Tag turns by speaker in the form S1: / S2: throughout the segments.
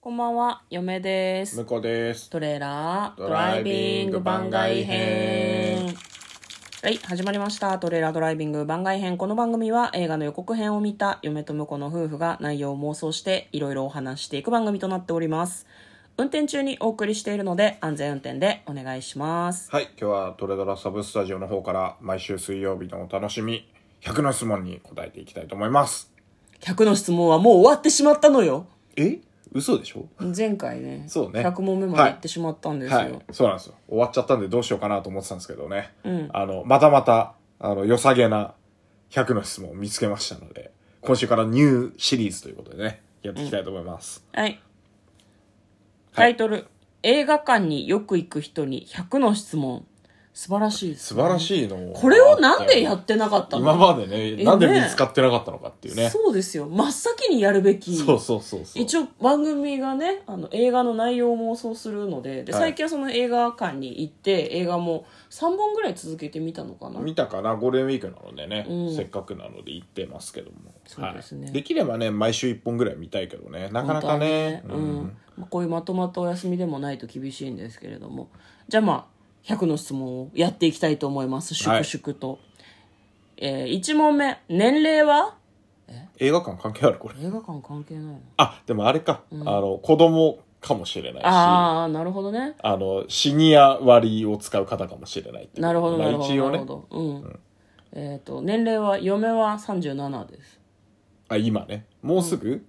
S1: こんばんは、嫁です。
S2: 向こうです。
S1: トレーラード
S2: ド
S1: ラ
S2: ラ
S1: イ
S2: イ
S1: ビ
S2: ビ
S1: ン
S2: ン
S1: グ
S2: グ
S1: 番
S2: 番
S1: 外
S2: 外
S1: 編
S2: 編。
S1: はい、始まりました。トレーラードライビング番外編。この番組は映画の予告編を見た嫁と婿の夫婦が内容を妄想していろいろお話していく番組となっております。運転中にお送りしているので安全運転でお願いします。
S2: はい、今日はトレドラサブスタジオの方から毎週水曜日のお楽しみ、100の質問に答えていきたいと思います。
S1: 100の質問はもう終わってしまったのよ。
S2: え嘘でしょ
S1: 前回ね、
S2: そうね
S1: 100問目まで行ってしまったんですよ。
S2: はい、そうなんですよ。終わっちゃったんでどうしようかなと思ってたんですけどね。
S1: うん
S2: あの、またまた、あの、良さげな100の質問を見つけましたので、今週からニューシリーズということでね、やっていきたいと思います。
S1: はい。タイトル、映画館によく行く人に100の質問。素晴らしいです。
S2: 素晴らしいの。
S1: これをなんでやってなかったの
S2: 今までね、
S1: え
S2: なんで
S1: ね
S2: 見つかってなかったのかっていうね。
S1: そうですよ。真っ先にやるべき。
S2: そうそうそうそう。
S1: 一応番組がねあの映画の内容を妄想するのでで
S2: はい
S1: 最近はその映画館に行って映画も3本ぐらい続けてみたのかな
S2: 見たかなゴールデンウィークなのでね、
S1: うん
S2: せっかくなので行ってますけども
S1: そうですね
S2: はい、できればね毎週1本ぐらい見たいけどねなかなかね
S1: 本当はうんまあこういうまとまったお休みでもないと厳しいんですけれどもじゃあまあ100の質問をやっていきたいと思います粛
S2: はい
S1: 々と、えー、1問目年齢は
S2: 映画館関係あるこれ
S1: 映画館関係ないの
S2: あでもあれか、あの子供かもしれないしあ
S1: ああなるほどね
S2: のシニア割を使う方かもしれないっていう
S1: なるほど
S2: まあ
S1: なるほど
S2: 一応
S1: なるほ
S2: ね
S1: ど、うんえっ、と年齢は嫁は37です
S2: あ今ねもうすぐ、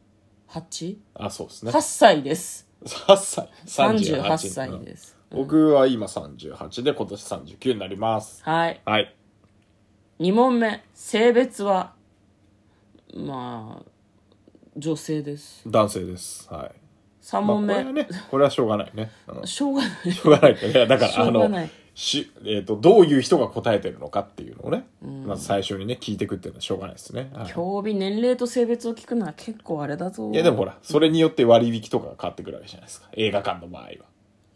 S1: 88
S2: あそうですね
S1: 歳です
S2: 8歳、
S1: 38歳ですす、
S2: うん僕は今38で今年39になります
S1: はい
S2: はい
S1: 2問目性別はまあ女性です
S2: 男性ですはい
S1: 3
S2: ま
S1: 問
S2: あ、こ
S1: 目、
S2: れはねこれはしょうがないね、うん
S1: しょうがない
S2: しょうがないから、いやだから、
S1: しょう
S2: あ
S1: が
S2: の
S1: ない、
S2: しえっ、と、どういう人が答えてるのかっていうのをね、まず最初にね、聞いてくっていうのはしょうがないですね。はい
S1: 興味年齢と性別を聞くのは結構あれだぞ
S2: いや、でもほら、それによって割引とかが変わってくるわけじゃないですか。映画館の場合は。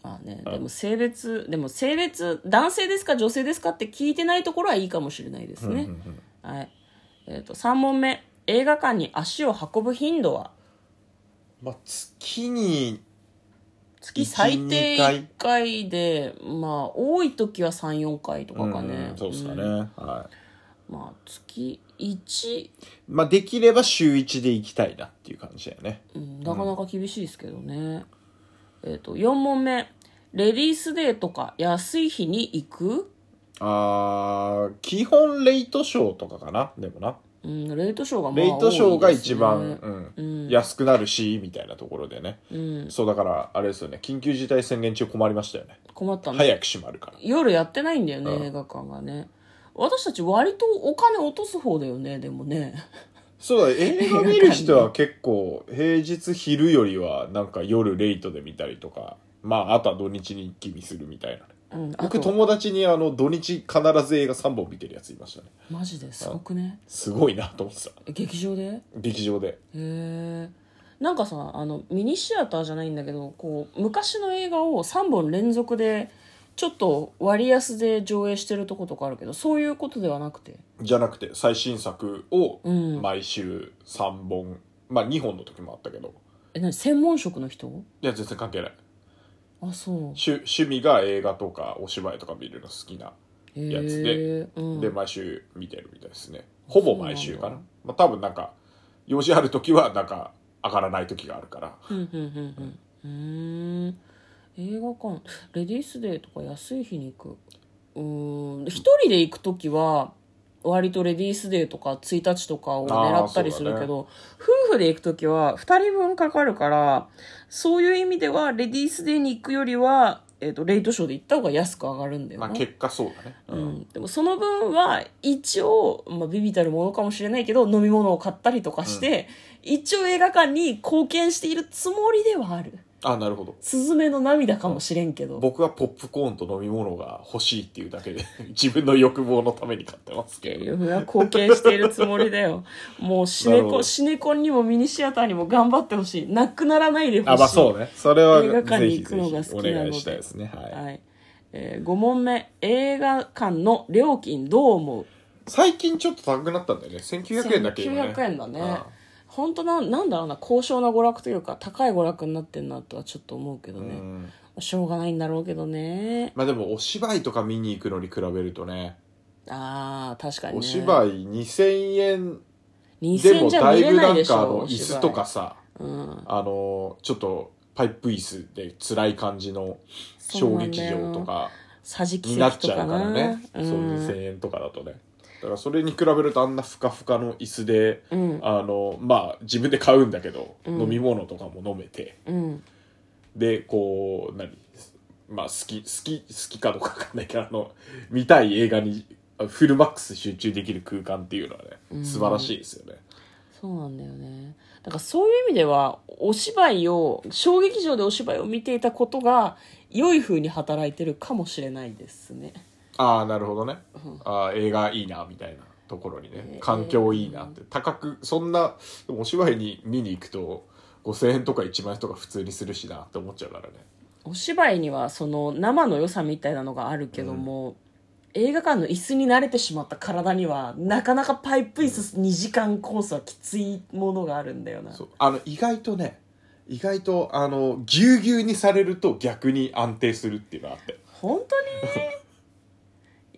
S1: あ、ね、でも性別でも性別男性ですか女性ですかって聞いてないところはいいかもしれないですね、はいえー、と3問目映画館に足を運ぶ頻度は
S2: まあ、月に、
S1: 月最低
S2: 1
S1: 1回でまあ多い時は34回とかかね、
S2: うんそうですかね。はい。
S1: まあ月1、
S2: まあ、できれば週1で行きたいなっていう感じだよね。
S1: うん、なかなか厳しいですけどね、えっ、と4問目レディースデーとか安い日に行く
S2: あー、基本レイトショーとかかな、でもな。
S1: うん、レイトショーがまあ
S2: レイトショーが
S1: 多いですね
S2: 一番、うん、安くなるし、みたいなところでね。
S1: うん、
S2: そうだからあれですよね緊急事態宣言中困りましたよね
S1: 困ったね、
S2: 早く閉まるから
S1: 夜やってないんだよね、
S2: うん
S1: 映画館がね私たち割とお金落とす方だよねでもね
S2: そうだ映画見る人は結構平日昼よりはなんか夜レイトで見たりとかまああとは土日に一気見するみたいな
S1: うんあ
S2: 僕
S1: と
S2: 友達にあの土日必ず映画3本見てるやついましたね
S1: マジですごくね
S2: すごいなと思ってた
S1: え劇場で
S2: 劇場で
S1: へえんかさあのミニシアターじゃないんだけどこう昔の映画を3本連続でちょっと割安で上映してるとことかあるけどそういうことではなくて
S2: じゃなくて最新作を
S1: うん
S2: 毎週3本、まあ2本の時もあったけど
S1: え何専門職の人
S2: いや全然関係ない
S1: あそう
S2: 趣趣味が映画とかお芝居とか見るの好きな
S1: へ
S2: やつで
S1: え、うん、
S2: で毎週見てるみたいですねほぼ毎週か
S1: そうな
S2: な
S1: ん
S2: まあ、多分なんか用事ある時はなんか上がらない時があるから
S1: うんうんうんうんうーん映画館レディースデーとか安い日に行くうーん一人で行く時は割とレディースデーとか1日とかを狙ったりするけど、夫婦で行く時は2人分かかるからそういう意味ではレディースデーに行くよりは、えー、とレイトショーで行った方が安く上がるんだよ
S2: ま
S1: ね、
S2: あ結果そうだね、う
S1: うんん、でもその分は一応、まあ、ビビたるものかもしれないけど飲み物を買ったりとかして、一応映画館に貢献しているつもりではある
S2: あなるほど
S1: スズメの涙かもしれんけど、
S2: 僕はポップコーンと飲み物が欲しいっていうだけで 自分の欲望のために買ってます けど
S1: 嫁は貢献しているつもりだ よもうシネ
S2: なるほ
S1: コ
S2: ど
S1: シネコンにもミニシアターにも頑張ってほしいなくならないでほしい
S2: あまあそうねそれは
S1: 映画館
S2: ぜ
S1: に
S2: ひ
S1: 行く
S2: ぜ
S1: の
S2: ひ
S1: が好
S2: お
S1: きなので
S2: 願いしたいですねはい
S1: はいえ5問目映画館の料金どう思う
S2: 最近ちょっと高くなったんだよね1900円だっけ今ね
S1: 1900円だね
S2: うん
S1: 本当なんなんだろうな高尚な娯楽というか高い娯楽になってんなとはちょっと思うけど
S2: う
S1: ね、
S2: ん
S1: しょうがないんだろうけどね
S2: まあでもお芝居とか見に行くのに比べるとね
S1: あー確かにね
S2: お芝居2000円で
S1: 2000
S2: も
S1: じゃ
S2: だ
S1: 見
S2: い
S1: れ
S2: ぶ
S1: な
S2: ないん
S1: でし
S2: かあ
S1: ょ
S2: の椅子とか、さ
S1: お芝居うん、
S2: あのちょっとパイプ椅子で辛い感じの小劇場とか
S1: 桟敷
S2: になっ
S1: 席と
S2: ちゃ
S1: か
S2: うから
S1: な
S2: ねそう
S1: うん、
S2: 2000円とかだとねだからそれに比べるとあんなふかふかの椅子で
S1: うん
S2: あのまあ自分で買うんだけど
S1: うん
S2: 飲み物とかも飲めて
S1: うん、
S2: でこう何まあ好き好き好きかどうかわかんないけどあの見たい映画にあフルマックス集中できる空間っていうのは
S1: うん
S2: ね素晴らしいですよね、
S1: そうなんだよねだからそういう意味ではお芝居を小劇場でお芝居を見ていたことが良い風に働いてるかもしれないですね
S2: ああなるほどね、ああ映画いいなみたいなところにね環境いいなって高くそんなでもお芝居に見に行くと5000円とか1万円とか普通にするしなって思っちゃうからね
S1: お芝居にはその生の良さみたいなのがあるけども、映画館の椅子に慣れてしまった体にはなかなかパイプ椅子2時間コースはきついものがあるんだよな
S2: そうあの意外とね意外とあのぎゅうぎゅうにされると逆に安定するっていうのがあって
S1: 本当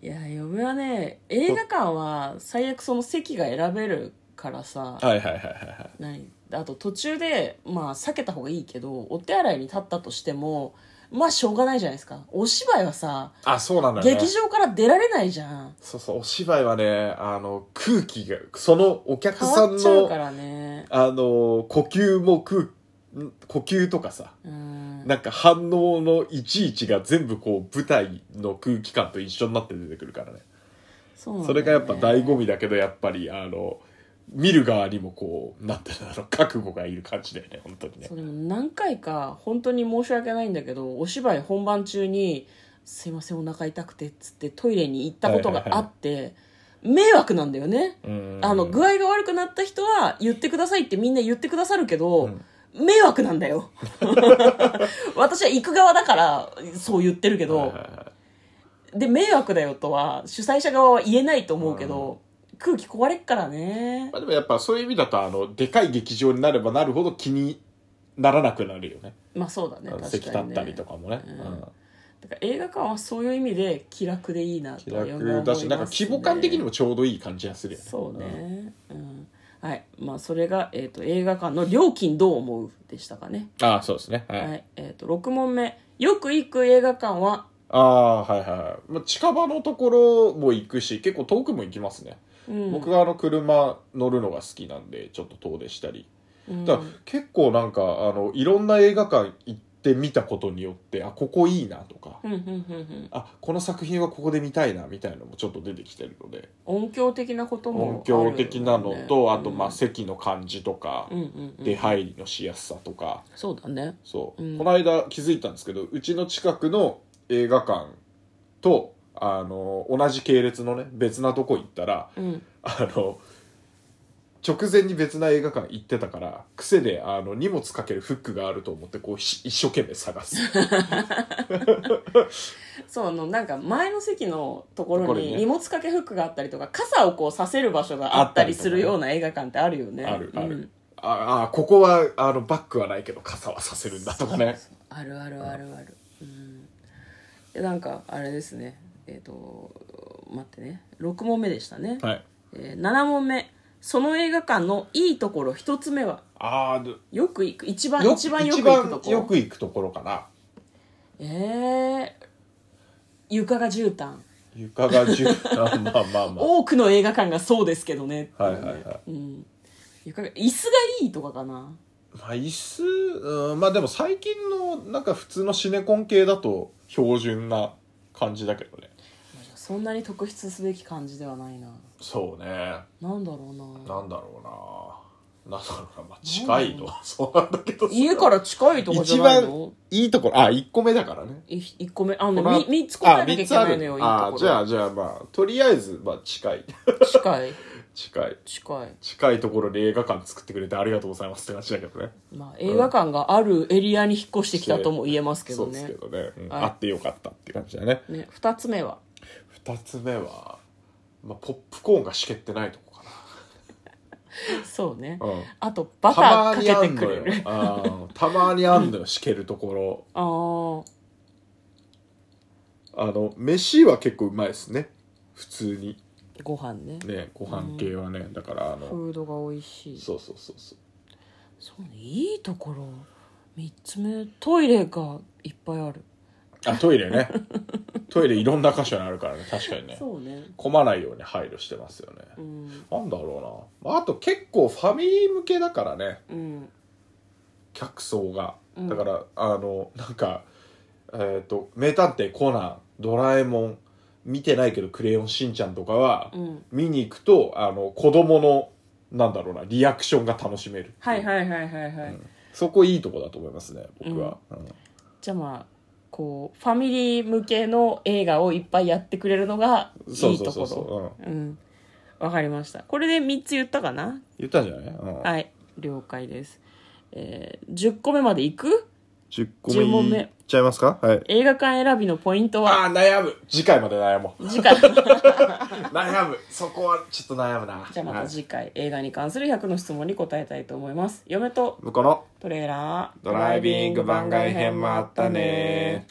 S1: に いや呼ぶはね映画館は最悪その席が選べるからさ
S2: はいはいはいはいはい
S1: 何あと途中でまあ避けた方がいいけどお手洗いに立ったとしてもまあしょうがないじゃないですかお芝居はさ
S2: あそうなんだよね
S1: 劇場から出られないじゃん
S2: そうそうお芝居はねあの空気がそのお客
S1: 変
S2: さ
S1: わ
S2: ん
S1: っちゃう
S2: の
S1: からね
S2: あの呼吸も空ん呼吸とかさ
S1: うん
S2: なんか反応のいちいちが全部こう舞台の空気感と一緒になって出てくるからね
S1: そうなんだ
S2: そ
S1: よね
S2: れがやっぱ醍醐味だけどやっぱりあの見る側にもこうなんていうのあ の覚悟がいる感じだよね本当にね
S1: そうでも何回か本当に申し訳ないんだけどお芝居本番中に「すいませんお腹痛くて」っつってトイレに行ったことがあって、迷惑なんだよね、
S2: うん
S1: あの具合が悪くなった人は言ってくださいってみんな言ってくださるけど、迷惑なんだ よ私は行く側だからそう言ってるけど、
S2: はいはいはい
S1: で迷惑だよとは主催者側は言えないと思うけど、空気壊れっからね
S2: まあ、でもやっぱそういう意味だとあのでかい劇場になればなるほど気にならなくなるよね
S1: まあそうだね
S2: あの
S1: 確かにね
S2: 席立ったりとかもね、
S1: う
S2: うんん
S1: だから映画館はそういう意味で気楽でいいなと
S2: 気
S1: は嫁は
S2: 楽
S1: 思いま
S2: だ
S1: す
S2: し、
S1: ね
S2: なんか規模感的にもちょうどいい感じがするよね
S1: そうねうん、はいまあそれが、えー、と映画館の料金どう思うでしたかね
S2: うんああそうですねはい、
S1: はい、えー、と6問目よく行く映画館は
S2: ああはいはい、まあ、近場のところも行くし結構遠くも行きますね、
S1: うん
S2: 僕があの車乗るのが好きなんでちょっと遠出したり
S1: うん
S2: だから結構なんかあのいろんな映画館行ってみたことによってあここいいなとか、
S1: うんうんうんうん
S2: あこの作品はここで見たいなみたいなのもちょっと出てきてるので
S1: 音響的なこともあるよね
S2: 音響的なのと、あとまあ
S1: うん
S2: 席の感じとか、
S1: うんうんうん
S2: 出入りのしやすさとか
S1: そうだね
S2: そう、
S1: うん
S2: この間気づいたんですけどうちの近くの映画館とあの同じ系列のね別なとこ行ったら
S1: うん
S2: あの直前に別な映画館行ってたから癖であの荷物かけるフックがあると思ってこうひ一生懸命探す
S1: そうあのなんか前の席のとことろ
S2: ころに
S1: に
S2: ね
S1: 荷物掛けフックがあったりとか傘をこうさせる場所があったりするような映画館ってあるよね
S2: あるある、
S1: うん
S2: ああここはあのバッグはないけど傘はさせるんだとか ね
S1: そうあるあるあるあるうんでなんかあれですねえっ、と待ってね6問目でしたね、
S2: はい
S1: えー7問目その映画館のいいところ1つ目は
S2: ああで
S1: よく行く一番
S2: よ
S1: 一番よく行くとこ
S2: 一番よく行くところかな
S1: えー、床が絨毯
S2: 床が絨毯 まあまあま
S1: 多くの映画館がそうですけどね
S2: あはいはいはい
S1: うん、床が椅子がいいとかかな
S2: まあ椅子、うん、まあでも最近のなんか普通のシネコン系だと標準な感じだけどね
S1: そんなに特筆すべき感じではないな
S2: そうね
S1: なんだろうな
S2: なんだろうななんだろうなまあ近いのはそうなんだけど
S1: 家から近いとこじ
S2: 一
S1: ゃない
S2: 番
S1: の
S2: いいところあ一個目だからね
S1: い一個目あの
S2: この
S1: み三つ答えなきゃい
S2: あ三
S1: け
S2: つあ
S1: な
S2: る
S1: いのよいい
S2: あ
S1: とこ
S2: じゃあじゃあまあとりあえずまあ近い
S1: ろ近い
S2: 近い
S1: 近い
S2: 近いところで映画館作ってくれてありがとうございますって感じだけどね
S1: まあ映画館があるエリアに引っ越してきたとも言えますけど
S2: そうです
S1: ね
S2: けどね、うん
S1: はい
S2: あってよかったって感じだね
S1: ね二つ目は
S2: 二つ目は、まあ、ポップコーンがしけってないとこかな
S1: そうね
S2: うん、
S1: あとバターかけてくれる
S2: あーたまにあんのよしけるところ
S1: あー
S2: あの飯は結構うまいですね普通に
S1: ご飯ね
S2: ねご飯系はね、だからあの
S1: フードが美味しい
S2: そうそうそうそう
S1: そうねいいところ3つ目トイレがいっぱいある
S2: あトイ レねトイレいろんな箇所にあるからね確かにね
S1: そうね
S2: 混まないように配慮してますよね、
S1: うん
S2: なんだろうな、まあ、あと結構ファミリー向けだからね
S1: うん
S2: 客層が
S1: うん
S2: だから、あのなんかえっ、と「名探偵コナン」「ドラえもん」見てないけど「クレヨンしんちゃん」とかは、
S1: うん
S2: 見に行くとあの子供のなんだろうなリアクションが楽しめる
S1: はいはいはいはいはい、
S2: うんそこいいとこだと思いますね僕は、うん
S1: じゃあまあこうファミリー向けの映画をいっぱいやってくれるのがい
S2: そう
S1: い
S2: そう
S1: と
S2: そう
S1: こ
S2: そう、
S1: ろ
S2: うん、
S1: うんわかりましたこれで3つ言ったかな
S2: 言ったんじゃない、うん
S1: はい了解です、えー、10個目までいく
S2: 10個
S1: 10問目
S2: いっちゃいますかはい
S1: 映画館選びのポイントは
S2: あー悩む次回まで 悩もう
S1: 次 回
S2: 悩むそこはちょっと悩むな
S1: じゃあま
S2: は
S1: た
S2: い
S1: 次回映画に関する100の質問に答えたいと思います嫁と
S2: 向こうの
S1: トレーラー
S2: ドライビング番外編もあったね